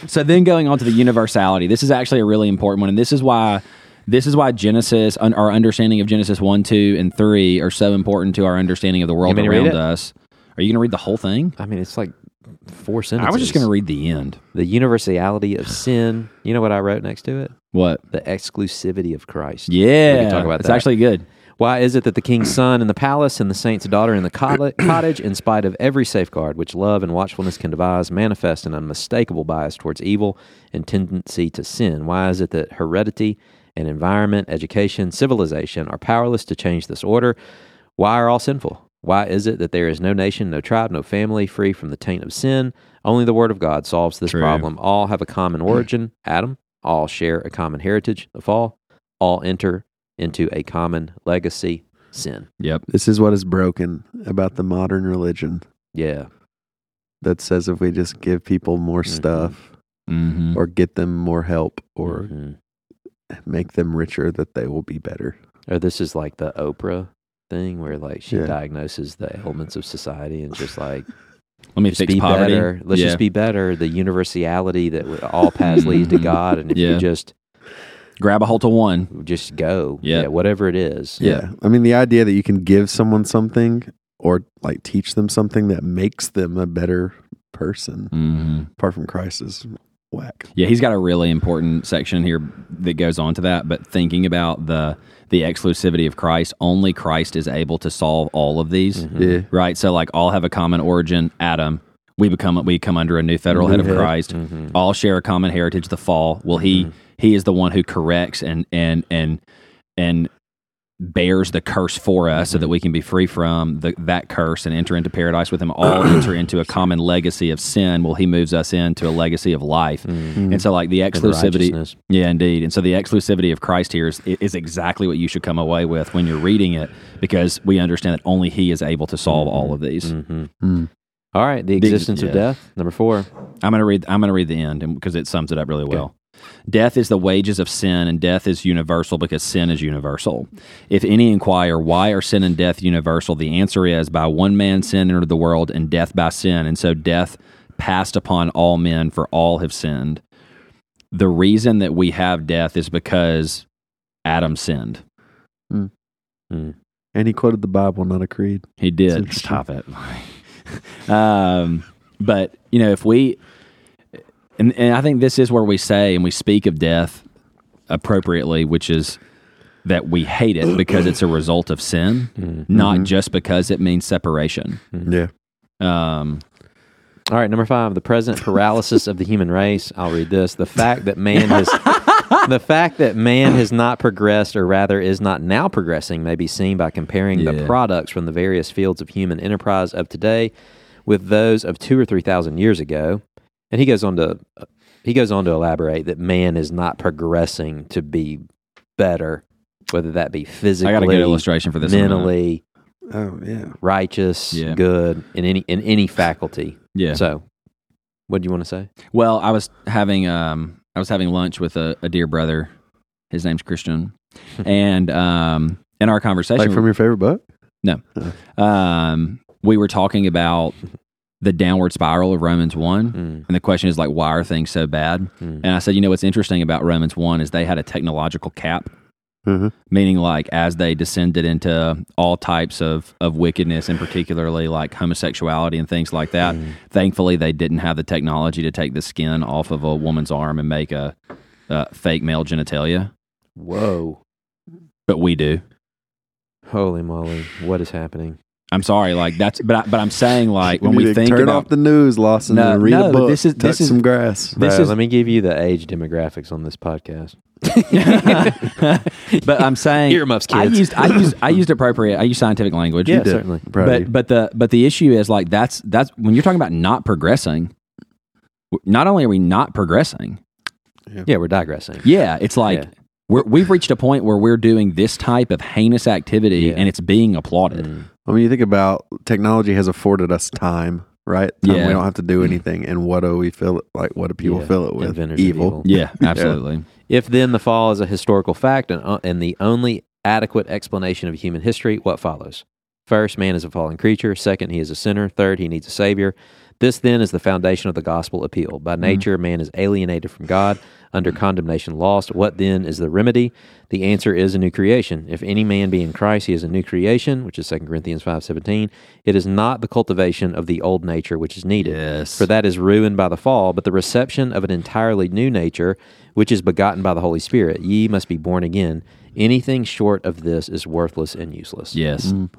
S2: so then going on to the universality this is actually a really important one and this is why this is why genesis un, our understanding of genesis 1 2 and 3 are so important to our understanding of the world
S1: want me to read
S2: around
S1: it?
S2: us are you going to read the whole thing
S1: I mean, it's like four sentences.
S2: i was just going to read the end
S1: the universality of sin. You know what I wrote next to it?
S2: what
S1: The exclusivity of Christ.
S2: yeah
S1: We can talk about
S2: it's
S1: that.
S2: actually good
S1: Why is it that the king's son in the palace and the saint's daughter in the cotla- cottage, in spite of every safeguard which love and watchfulness can devise, manifest an unmistakable bias towards evil and tendency to sin? Why is it that heredity and environment, education, civilization are powerless to change this order? Why are all sinful? Why is it that there is no nation, no tribe, no family free from the taint of sin? Only the Word of God solves this
S2: True.
S1: problem. All have a common origin, Adam. All share a common heritage, the fall. All enter into a common legacy sin.
S2: yep
S4: This is what is broken about the modern religion
S1: Yeah.
S4: that says if we just give people more
S1: Mhm.
S4: stuff
S2: mm-hmm.
S4: or get them more help or
S1: Mhm.
S4: make them richer, that they will be better.
S1: or this is like the Oprah thing where like she
S4: Yeah.
S1: diagnoses the ailments of society and just like
S2: let me
S1: just
S2: fix
S1: be
S2: poverty
S1: better. Let's
S2: yeah.
S1: just be better. The universality that we- all paths lead to
S2: Mhm.
S1: God, and if
S2: Yeah.
S1: you just
S2: grab a hold to one
S1: just go,
S2: Yeah.
S1: whatever it is,
S2: Yeah.
S4: I mean, the idea that you can give someone something or like teach them something that makes them a better person,
S2: mm-hmm.
S4: apart from Christ, is whack.
S2: Yeah, he's got a really important section here that goes on to that. But thinking about the the exclusivity of Christ, only Christ is able to solve all of these,
S4: Yeah.
S2: right? So, like, all have a common origin, Adam. We become we come under a new federal head of
S4: New head.
S2: Christ.
S1: Mm-hmm.
S2: All share a common heritage, the fall. Well, he he is the one who corrects and and and and bears the curse for us, so that we can be free from the, that curse and enter into paradise with him. All enter into a common legacy of sin. Well, he moves us into a legacy of life. And so, like the Mm-hmm. exclusivity,
S1: righteousness.
S2: yeah, indeed. And so, the exclusivity of Christ here is, is exactly what you should come away with when you're reading it, because we understand that only He is able to solve all of these.
S1: hmm
S4: Mm.
S1: All right, the
S2: Mm-hmm. Big-
S1: existence
S2: yeah.
S1: of death, number four.
S2: I'm gonna read. I'm gonna read the end because it sums it up really well. Death is the wages of sin, and death is universal because sin is universal. If any inquire why are sin and death universal, the answer is by one man sin entered the world, and death by sin, and so death passed upon all men, for all have sinned. The reason that we have death is because Adam sinned.
S4: And he quoted the Bible, not a creed.
S2: He
S4: It's
S2: did.
S4: interesting.
S2: Stop it. um, but you know, if we, and, and I think this is where we say and we speak of death appropriately, which is that we hate it because it's a result of sin,
S4: Mm-hmm.
S2: not just because it means separation.
S4: Yeah.
S2: Um,
S1: All right, number five, the present paralysis of the human race. I'll read this. The fact that man has the fact that man has not progressed, or rather is not now progressing, may be seen by comparing the
S2: Yeah.
S1: products from the various fields of human enterprise of today with those of two or three thousand years ago. And he goes on to he goes on to elaborate that man is not progressing to be better, whether that be
S2: I got a good
S1: physically,
S2: illustration for this. one.
S1: mentally,
S4: Oh yeah.
S1: righteous,
S2: Yeah.
S1: good in any in any faculty.
S2: Yeah.
S1: So, what do you want to say?
S2: Well, I was having um I was having lunch with a, a dear brother. His name's Christian, and um in our conversation,
S4: Like from your favorite book?
S2: um we were talking about the downward spiral of Romans one,
S1: Mm,
S2: and the question is like, why are things so bad?
S1: mm,
S2: And I said, you know, what's interesting about Romans one is they had a technological cap,
S4: Mhm.
S2: meaning like as they descended into all types of of wickedness, and particularly like homosexuality and things like
S1: uh,
S2: that.
S1: Mm.
S2: Thankfully, they didn't have the technology to take the skin off of a woman's arm and make a, a fake male genitalia,
S1: Whoa.
S2: but we do.
S1: Holy moly! What is happening?
S2: I'm sorry, like that's, but I, but I'm saying like when
S4: You
S2: we
S4: need to
S2: think
S4: turn
S2: about
S4: off the news, Lawson,
S2: No,
S4: and read
S2: no,
S4: a
S2: but
S4: book.
S2: this is-
S4: touch
S2: this is-
S4: some grass.
S2: This
S1: Bro,
S2: is-
S1: let me give you the age demographics on this podcast.
S2: but I'm saying
S1: Earmuffs,
S2: I
S1: kids.
S2: used I used I used appropriate. I used scientific language.
S1: Yeah, certainly.
S4: Proud of
S2: but
S4: you.
S2: but the but the issue is like that's that's when you're talking about not progressing. w- Not only are we not progressing,
S1: Yeah, we're digressing.
S2: yeah, it's like
S1: Yeah.
S2: we're, we've reached a point where we're doing this type of heinous activity
S1: Yeah.
S2: and it's being applauded.
S1: Mm,
S4: I mean, you think about technology has afforded us time, right? Time
S2: Yeah.
S4: We don't have to do anything. And what do we fill it like? What do people
S1: Mm. Yeah.
S4: fill it with?
S1: inventors
S4: Evil.
S1: of
S2: Yeah, absolutely.
S1: If then the fall is a historical fact and, uh, and the only adequate explanation of human history, what follows? First, man is a fallen creature. Second, he is a sinner. Third, he needs a savior. This then is the foundation of the gospel appeal. By nature, man is alienated from God, under condemnation, lost. What then is the remedy? The answer is a new creation. If any man be in Christ, he is a new creation, which is 2 Corinthians 5:17. It is not the cultivation of the old nature which is needed.
S2: Yes.
S1: For that is ruined by the fall, but the reception of an entirely new nature, which is begotten by the Holy Spirit. Ye must be born again. Anything short of this is worthless and useless.
S2: Yes.
S1: Mm.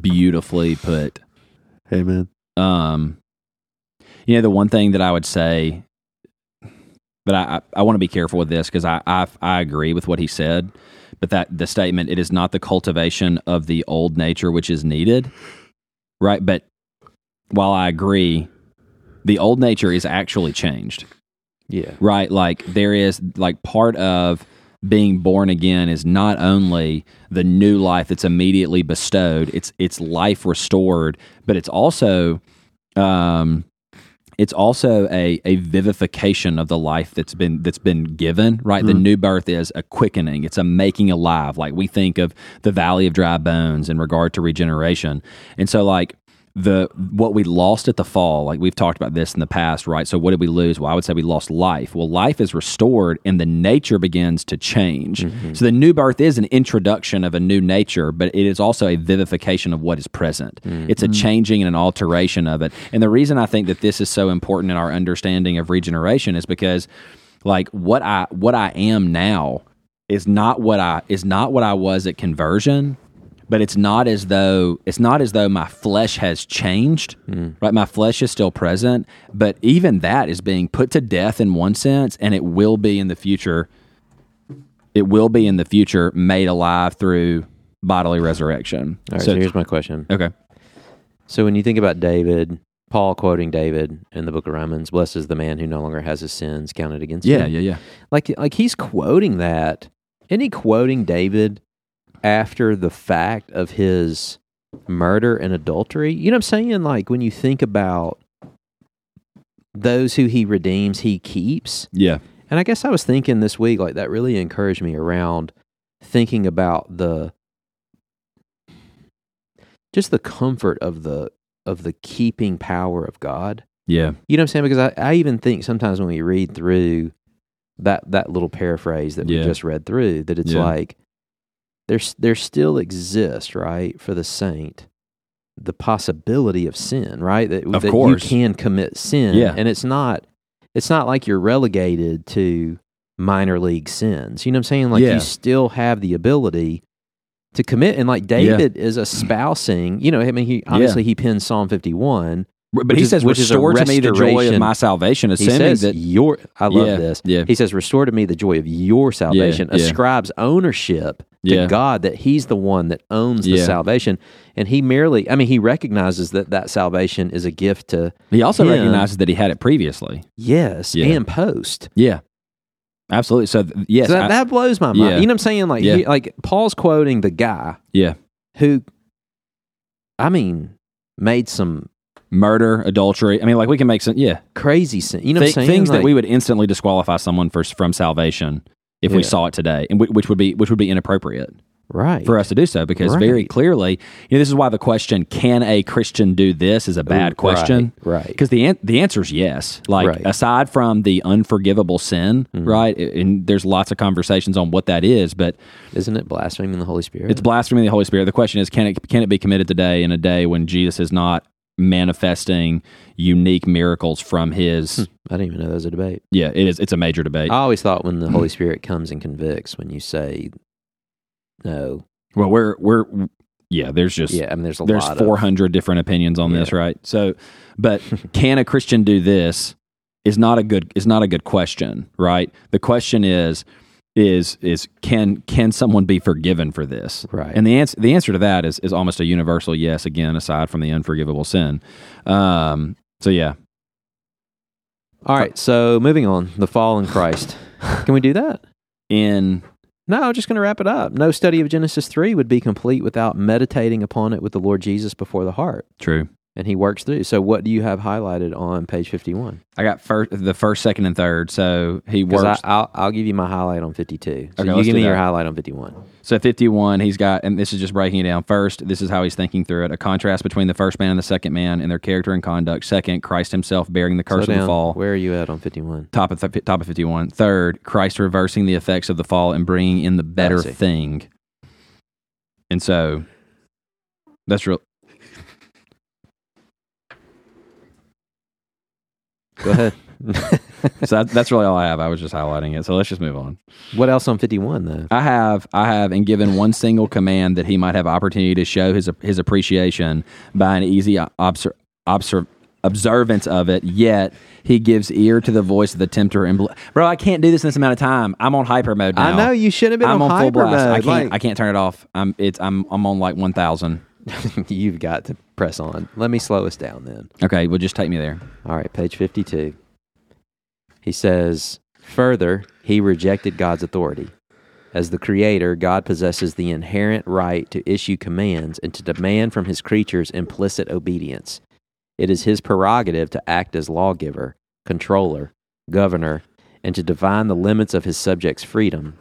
S2: Beautifully put.
S4: Amen.
S2: Um, you know, the one thing that I would say, but I I, I want to be careful with this because I, I I agree with what he said, but that the statement it is not the cultivation of the old nature which is needed, right? But while I agree, the old nature is actually changed
S1: Yeah.
S2: right like there is like part of being born again is not only the new life that's immediately bestowed it's it's life restored but it's also um it's also a, a vivification of the life that's been that's been given right the new birth is a quickening it's a making alive like we think of the valley of dry bones in regard to regeneration and so like the what we lost at the fall like we've talked about this in the past right so what did we lose well i would say we lost life well life is restored and the nature begins to change so the new birth is an introduction of a new nature but it is also a vivification of what is present it's a changing and an alteration of it and the reason i think that this is so important in our understanding of regeneration is because like what i what i am now is not what i is not what i was at conversion but it's not as though it's not as though my flesh has changed
S1: Hmm.
S2: right my flesh is still present but even that is being put to death in one sense and it will be in the future it will be in the future made alive through bodily resurrection
S1: All right.
S2: so,
S1: so here's my question.
S2: okay
S1: So when you think about David, Paul quoting David in the book of Romans, blessed is the man who no longer has his sins counted against him.
S2: yeah
S1: Like like he's quoting that. Isn't he quoting David after the fact of his murder and adultery? You know what I'm saying? Like when you think about those who he redeems, he keeps.
S2: yeah
S1: And I guess I was thinking this week, like that really encouraged me around thinking about the just the comfort of the of the keeping power of God.
S2: yeah
S1: You know what I'm saying? Because I, I even think sometimes when we read through that that little paraphrase that we
S2: Yeah.
S1: just read through, that it's
S2: Yeah.
S1: like there's there still exists, right, for the saint the possibility of sin, right? That,
S2: Of
S1: that
S2: course.
S1: you can commit sin.
S2: Yeah.
S1: And it's not it's not like you're relegated to minor league sins. You know what I'm saying? Like
S2: Yeah.
S1: you still have the ability to commit and like David is espousing, you know, I mean he obviously he pins Psalm 51
S2: But
S1: Which
S2: he
S1: is-
S2: says,
S1: which is a
S2: "Restore to me the joy of
S1: restoration.
S2: my salvation."
S1: He
S2: Assuming
S1: says
S2: that
S1: your I love
S2: Yeah,
S1: this.
S2: yeah.
S1: He says, Restore to me the joy of your salvation.
S2: yeah.
S1: Ascribes ownership to
S2: Yeah.
S1: God that He's the one that owns the
S2: Yeah.
S1: salvation. And he merely I mean he recognizes that that salvation is a gift to
S2: he also
S1: him.
S2: recognizes that he had it previously.
S1: yes
S2: Yeah.
S1: and post.
S2: Yeah, absolutely. So th- yes,
S1: So that,
S2: I-
S1: that blows my mind.
S2: Yeah.
S1: You know what I'm saying? Like
S2: Yeah.
S1: he- like Paul's quoting the guy
S2: yeah,
S1: who I mean made some
S2: murder, adultery. I mean, like we can make some yeah
S1: crazy sin. You know
S2: Thi-
S1: what I'm saying?
S2: things that
S1: Like-
S2: we would instantly disqualify someone for from salvation if we
S1: Yeah.
S2: saw it today, and w- which would be which would be inappropriate.
S1: right.
S2: for us to do so because very
S1: Right.
S2: clearly, you know, this is why the question "Can a Christian do this?" is a bad
S1: Ooh,
S2: question,
S1: right, right.
S2: Because the an- the answer is yes. Like
S1: Right. Mm-hmm.
S2: aside from the unforgivable sin, right? a- And there's lots of conversations on what that is, but
S1: Isn't it blaspheming the Holy Spirit?
S2: it's blasphemy of the Holy Spirit. The question is, can it can it be committed today in a day when Jesus is not manifesting unique miracles from His?
S1: Hmm. I didn't even know there was a debate.
S2: Yeah, it is. It's a major debate.
S1: I always thought when the Holy Spirit comes and convicts, when you say no,
S2: well, we're we're yeah. There's just
S1: yeah, I mean, there's a
S2: there's
S1: lot.
S2: 400 different opinions on this, right? So, but can a Christian do this? Is not a good is not a good question, right? The question is is is can can someone be forgiven for this?
S1: Right.
S2: And the answer the answer to that is is almost a universal yes. Again, aside from the unforgivable sin. Um. So yeah,
S1: Of, all right, so moving on, the fall in Christ. Can we do that?
S2: in
S1: No, I'm just going to wrap it up. No study of Genesis three would be complete without meditating upon it with the Lord Jesus before the heart,
S2: true.
S1: and He works through. So, what do you have highlighted on page fifty-one?
S2: I got first the first, second, and third. So he
S1: Because
S2: works.
S1: I'll, I'll give you my highlight on fifty-two. So
S2: Okay,
S1: you
S2: let's
S1: give
S2: do
S1: me your
S2: that.
S1: highlight on fifty-one.
S2: So 51, he's got, and this is just breaking it down. First, this is how he's thinking through it a contrast between the first man and the second man and their character and conduct. Second, Christ himself bearing the
S1: Slow
S2: curse of the
S1: down.
S2: fall.
S1: Where are you at on fifty-one?
S2: Top of, th- top of 51. Third, Christ reversing the effects of the fall and bringing in the better
S1: see.
S2: thing. And so that's real.
S1: Go ahead.
S2: So that, that's really all I have. I was just highlighting it. So let's just move on.
S1: what else on fifty-one though?
S2: I have, I have, and given one single command that he might have opportunity to show his his appreciation by an easy obser, obser, observance of it. Yet he gives ear to the voice of the tempter and bl- bro. I can't do this in this amount of time. I'm on hyper mode now.
S1: I know you should have been
S2: I'm
S1: on,
S2: on, full
S1: hyper
S2: blast.
S1: mode.
S2: I can't.
S1: like-
S2: I can't turn it off. I'm. It's. I'm. I'm on like one thousand.
S1: You've got to press on. Let me slow us down then.
S2: Okay. Well, just take me there.
S1: All right, page 52. He says, Further, he rejected God's authority. As the Creator, God possesses the inherent right to issue commands and to demand from his creatures implicit obedience. It is his prerogative to act as lawgiver, controller, governor, and to define the limits of his subjects' freedom.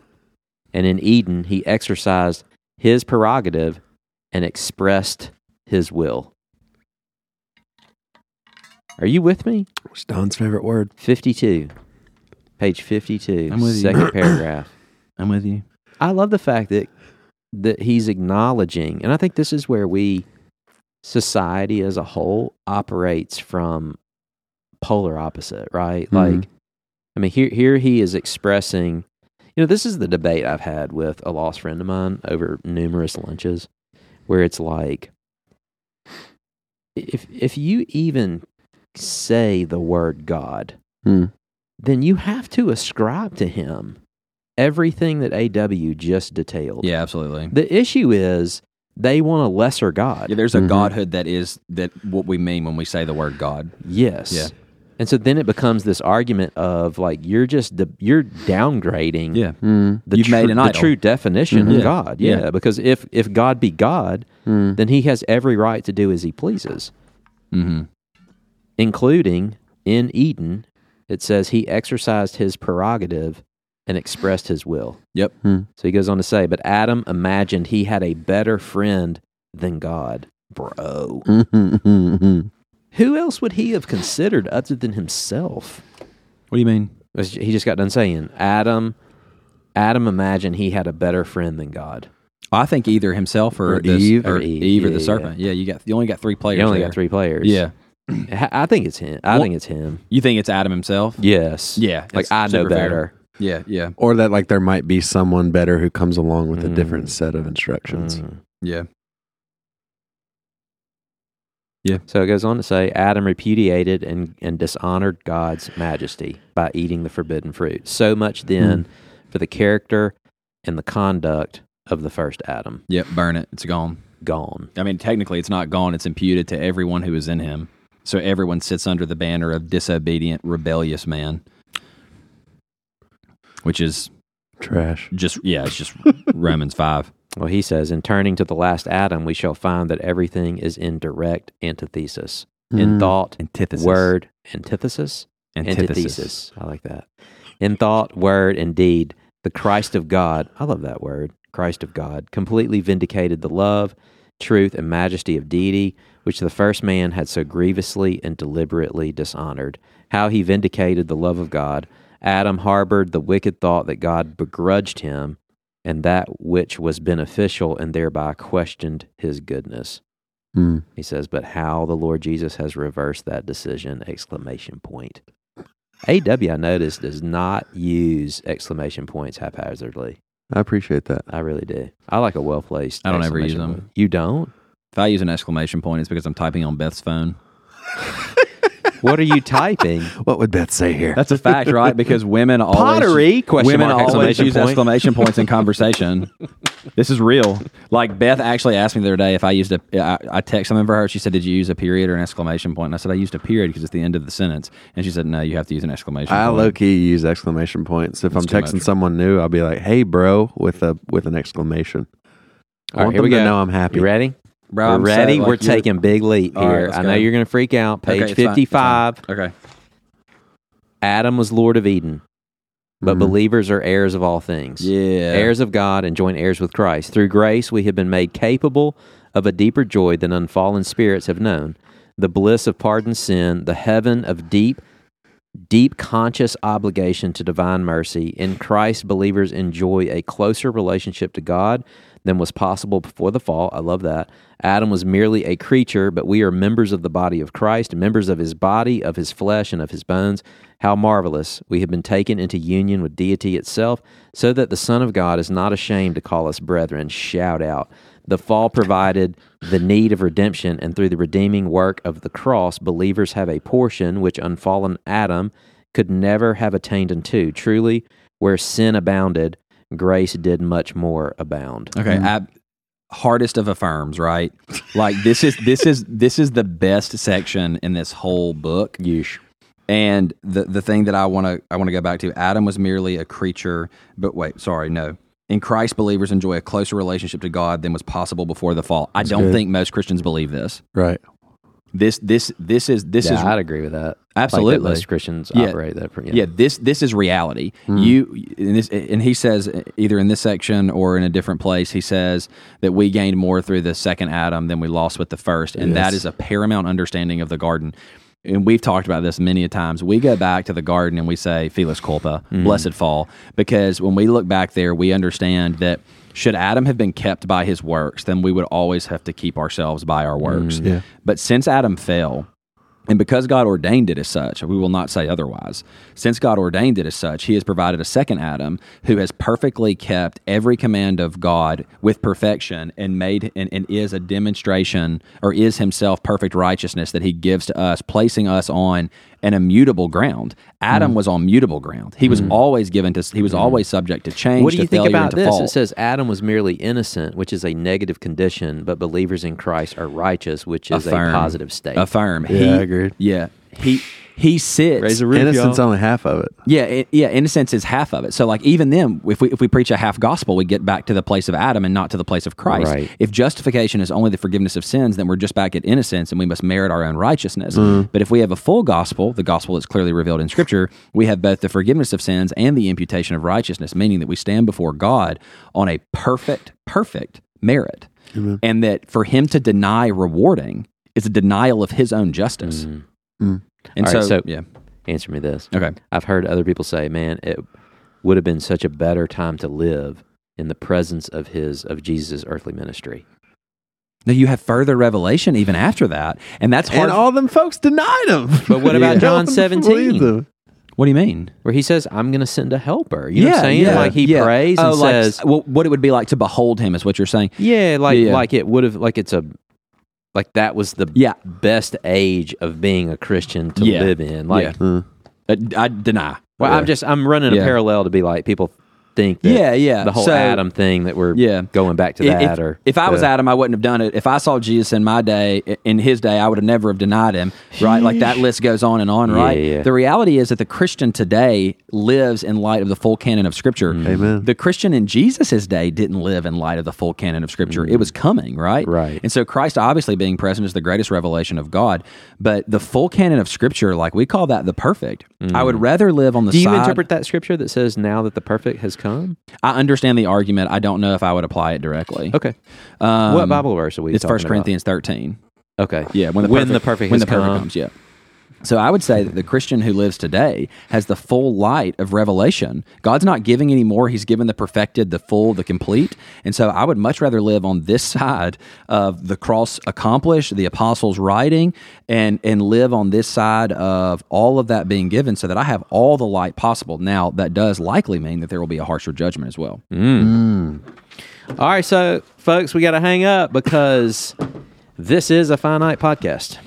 S1: And in Eden, he exercised his prerogative and expressed his will. Are you with me?
S4: What's Don's favorite word?
S1: 52, page 52,
S2: I'm with you.
S1: second paragraph.
S2: I'm with you.
S1: I love the fact that that he's acknowledging, and I think this is where we society as a whole operates from polar opposite, right?
S2: Mhm.
S1: Like, I mean, here here he is expressing. You know, this is the debate I've had with a lost friend of mine over numerous lunches, where it's like, if if you even say the word God,
S4: Hmm.
S1: then you have to ascribe to him everything that AW just detailed.
S2: Yeah. Absolutely.
S1: The issue is they want a lesser God.
S2: Yeah, there's a
S4: Mhm.
S2: godhood that is that what we mean when we say the word God.
S1: Yes.
S2: Yeah.
S1: And so then it becomes this argument of like you're just de- you're downgrading
S2: Yeah.
S4: Mm,
S1: the,
S2: You've
S1: tru-
S2: made an
S1: the
S2: idol.
S1: true definition
S2: Mhm.
S1: of
S2: Yeah.
S1: God.
S2: Yeah.
S1: Yeah. Because if if God be God,
S4: mm.
S1: then he has every right to do as he pleases,
S2: Mm-hmm.
S1: including in Eden, it says he exercised his prerogative and expressed his will.
S2: Yep.
S1: So he goes on to say, but Adam imagined he had a better friend than God. Bro.
S4: Mm-hmm.
S1: Who else would he have considered other than himself?
S2: What do you mean?
S1: That's- He just got done saying Adam. Adam imagined he had a better friend than God.
S2: Oh, I think either himself or,
S4: Or
S2: this-
S4: Eve.
S2: or
S1: Or
S2: Eve,
S1: Eve.
S2: or
S1: Yeah,
S2: the
S1: yeah.
S2: serpent. Yeah. you got you only got three players.
S1: You only
S2: there.
S1: got three players.
S2: Yeah,
S1: I I think it's him. I
S2: Well-
S1: think it's him.
S2: you think it's Adam himself?
S1: Yes.
S2: Yeah,
S1: Like
S2: it's
S1: I know
S2: super fair.
S1: better.
S2: Yeah, yeah,
S4: Or that like there might be someone better who comes along with a
S1: Mm.
S4: different set of instructions.
S1: Mm.
S2: yeah. Yeah.
S1: So it goes on to say Adam repudiated and, and dishonored God's majesty by eating the forbidden fruit. So much then
S2: Hmm.
S1: for the character and the conduct of the first Adam.
S2: Yep, burn it. It's gone.
S1: Gone.
S2: I mean, technically, it's not gone. It's imputed to everyone who is in him. So everyone sits under the banner of disobedient, rebellious man, which is
S4: Trash.
S2: just yeah, it's just Romans five.
S1: Well, he says, in turning to the last Adam, we shall find that everything is in direct antithesis
S4: Hmm. Mm.
S1: in thought,
S2: Antithesis.
S1: word, antithesis,
S2: Antithesis.
S1: antithesis. I like that. In thought, word, and deed, the Christ of God, I love that word, Christ of God, completely vindicated the love, truth, and majesty of deity, which the first man had so grievously and deliberately dishonored. How he vindicated the love of God. Adam harbored the wicked thought that God begrudged him and that which was beneficial and thereby questioned his goodness.
S4: Mm.
S1: He says, "But how the Lord Jesus has reversed that decision!" Exclamation point. AW I noticed does not use exclamation points haphazardly.
S4: I appreciate that.
S1: I really do. I like a well placed.
S2: I don't ever use them.
S1: You don't?
S2: If I use an exclamation point, it's because I'm typing on Beth's phone.
S1: What are you typing?
S4: What would Beth say here?
S2: That's a fact, right? Because women always
S1: Pottery? Question
S2: women
S1: mark,
S2: always
S1: exclamation
S2: use
S1: point.
S2: exclamation points in conversation. this is real. Like Beth actually asked me the other day if I used a. I, I text something for her. She said, "Did you use a period or an exclamation point?" And I said, "I used a period because it's the end of the sentence." And she said, "No, you have to use an exclamation."
S4: I
S2: point.
S4: low key use exclamation points. If
S2: That's
S4: I'm
S2: too
S4: texting
S2: much.
S4: someone new, I'll be like, "Hey, bro," with a with an exclamation. I
S1: All right,
S4: want
S1: here
S4: them
S1: we
S4: to
S1: go.
S4: know I'm happy.
S1: You ready?
S2: Bro,
S1: We're
S2: I'm sad,
S1: ready.
S2: like,
S1: We're
S2: you're-
S1: taking big leap
S2: All right,
S1: here.
S2: let's
S1: I know
S2: go.
S1: you're going to freak out.
S2: Okay,
S1: Page
S2: it's fine, it's fine.
S1: fifty-five.
S2: Okay.
S1: Adam was Lord of Eden, but
S4: Mhm.
S1: believers are heirs of all things.
S2: Mm-hmm. Yeah.
S1: heirs of God and joint heirs with Christ. Through grace, we have been made capable of a deeper joy than unfallen spirits have known the bliss of pardoned sin, the heaven of deep, deep conscious obligation to divine mercy. In Christ, believers enjoy a closer relationship to God than was possible before the fall. I love that. Adam was merely a creature, but we are members of the body of Christ, members of his body, of his flesh, and of his bones. How marvelous! We have been taken into union with deity itself, so that the Son of God is not ashamed to call us brethren. Shout out. The fall provided the need of redemption, and through the redeeming work of the cross, believers have a portion which unfallen Adam could never have attained unto. Truly, where sin abounded, grace did much more abound.
S2: Okay, ab- hardest of affirms, right? Like this is this is this is the best section in this whole book.
S1: Yeesh.
S2: And the the thing that I want to I want to go back to Adam was merely a creature, but wait, sorry, no. In Christ believers enjoy a closer relationship to God than was possible before the fall. I don't
S4: good.
S2: think most Christians believe this.
S4: Right.
S2: This this this is this
S1: yeah,
S2: is
S1: I'd agree with that.
S2: Absolutely.
S1: like that most Christians
S2: Yeah.
S1: operate that. From, yeah.
S2: yeah. this this is reality
S4: Hmm.
S2: you and, this, and he says either in this section or in a different place he says that we gained more through the second adam than we lost with the first and that
S4: Yes.
S2: is a paramount understanding of the garden and we've talked about this many a times we go back to the garden and we say felix culpa
S4: Hmm.
S2: blessed fall because when we look back there we understand that should Adam have been kept by his works, then we would always have to keep ourselves by our works.
S4: Hmm. Yeah.
S2: But since Adam fell, and because God ordained it as such, we will not say otherwise. Since God ordained it as such, He has provided a second Adam who has perfectly kept every command of God with perfection and made and, and is a demonstration or is Himself perfect righteousness that He gives to us, placing us on an immutable ground. Adam
S1: Mm-hmm.
S2: was on mutable ground. He was always given to. He was always subject to change.
S1: What do
S2: to
S1: you think
S2: failure, and
S1: about
S2: to
S1: this? It
S2: fault.
S1: says Adam was merely innocent, which is a negative condition, but believers in Christ are righteous, which is a
S2: Affirm.
S1: positive state.
S2: Affirm.
S4: Yeah,
S2: he,
S4: I agreed.
S2: Yeah, he he sits.
S4: Innocence only half of it.
S2: Yeah, it, yeah. Innocence is half of it. So, like, even then, if we if we preach a half gospel, we get back to the place of Adam and not to the place of Christ.
S1: Right.
S2: If justification is only the forgiveness of sins, then we're just back at innocence, and we must merit our own righteousness. But if we have a full gospel, the gospel that's clearly revealed in Scripture, we have both the forgiveness of sins and the imputation of righteousness, meaning that we stand before God on a perfect, perfect merit, and that for Him to deny rewarding is a denial of His own justice.
S4: Mm.
S2: And
S1: All
S2: so,
S1: right, so-
S2: yeah,
S1: Answer me this.
S2: okay.
S1: I've heard other people say, man, it would have been such a better time to live in the presence of his, of Jesus' earthly ministry.
S2: No, you have further revelation even after that, and that's hard.
S4: And all them folks denied him.
S1: But what about John
S4: No one
S1: 17?
S4: believed him.
S2: what do you mean?
S1: Where he says, I'm going to send a helper. You know what I'm saying?
S4: yeah,
S1: like he prays and
S2: oh, like,
S1: says,
S2: well, what it would be like to behold him is what you're saying.
S1: yeah, like,
S2: Yeah.
S1: like it would have, like it's a, Like that was the
S2: Yeah.
S1: best age of being a Christian to
S2: Yeah.
S1: live in. Like,
S2: Yeah. Uh, I deny.
S1: well, I'm just I'm running a
S2: Yeah.
S1: parallel to be like people think that
S2: Yeah, yeah.
S1: the whole
S2: So-
S1: Adam thing that we're
S2: Yeah.
S1: going back to
S2: If-
S1: that
S2: if,
S1: or
S2: if I was
S1: the-
S2: Adam, I wouldn't have done it. If I saw Jesus in my day, in his day, I would have never have denied him. Right? Like that list goes on and on. Right?
S1: yeah.
S2: The reality is that the Christian today lives in light of the full canon of Scripture.
S1: Mm.
S4: Amen.
S2: The Christian in Jesus' day didn't live in light of the full canon of Scripture. It was coming. Right.
S1: Mm. Right.
S2: And so Christ, obviously being present, is the greatest revelation of God. But the full canon of Scripture, like we call that the perfect. I would rather live on the
S1: Mm. do you
S2: side.
S1: interpret that scripture that says now that the perfect has come?
S2: I understand the argument. I don't know if I would apply it directly.
S1: Okay.
S2: Um,
S1: what Bible verse are we
S2: It's
S1: talking
S2: First
S1: about?
S2: Corinthians 13.
S1: Okay.
S2: Yeah, when the perfect, when the perfect comes, yeah. So I would say that the Christian who lives today has the full light of revelation. God's not giving any more; He's given the perfected, the full, the complete. And so I would much rather live on this side of the cross accomplished, the apostles' writing, and and live on this side of all of that being given, so that I have all the light possible. Now that does likely mean that there will be a harsher judgment as well.
S1: All right, so folks, we got to hang up because this is a finite podcast.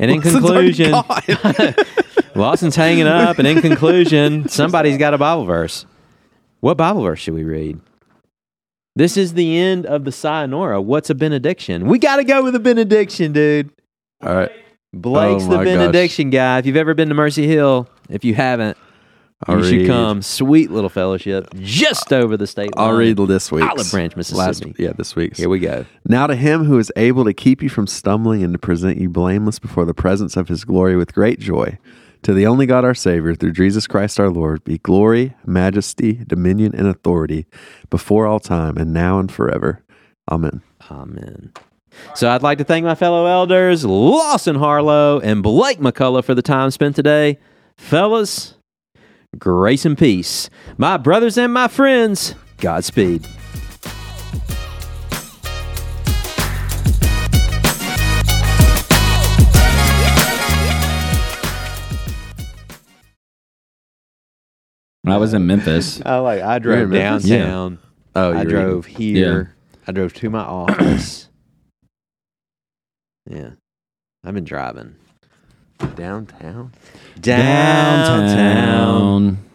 S1: and in conclusion, Lawson's hanging up, and in conclusion, somebody's got a Bible verse. What Bible verse should we read? This is the end of the Sayonara. What's a benediction? We got to go with a benediction, dude.
S4: All right.
S1: Blake's
S4: Oh
S1: the
S4: my gosh.
S1: benediction guy. If you've ever been to Mercy Hill, if you haven't,
S4: I'll
S1: you should
S4: read-
S1: come. Sweet little fellowship, just over the state line.
S4: I'll read this week's.
S1: Olive Branch, Mississippi.
S4: yeah, this week's.
S1: Here we go.
S4: Now to him who is able to keep you from stumbling and to present you blameless before the presence of his glory with great joy. To the only God our Savior, through Jesus Christ our Lord, be glory, majesty, dominion, and authority before all time and now and forever. Amen.
S1: Amen. So I'd like to thank my fellow elders, Lawson Harlow and Blake McCullough, for the time spent today. Fellas, grace and peace. My brothers and my friends, Godspeed.
S2: When I was in Memphis,
S1: I like I
S4: drove
S1: downtown.
S4: Oh,
S1: I
S4: you're
S1: drove here. I drove to my office. yeah. I've been driving.
S4: reading. downtown.
S1: Downtown.
S2: downtown.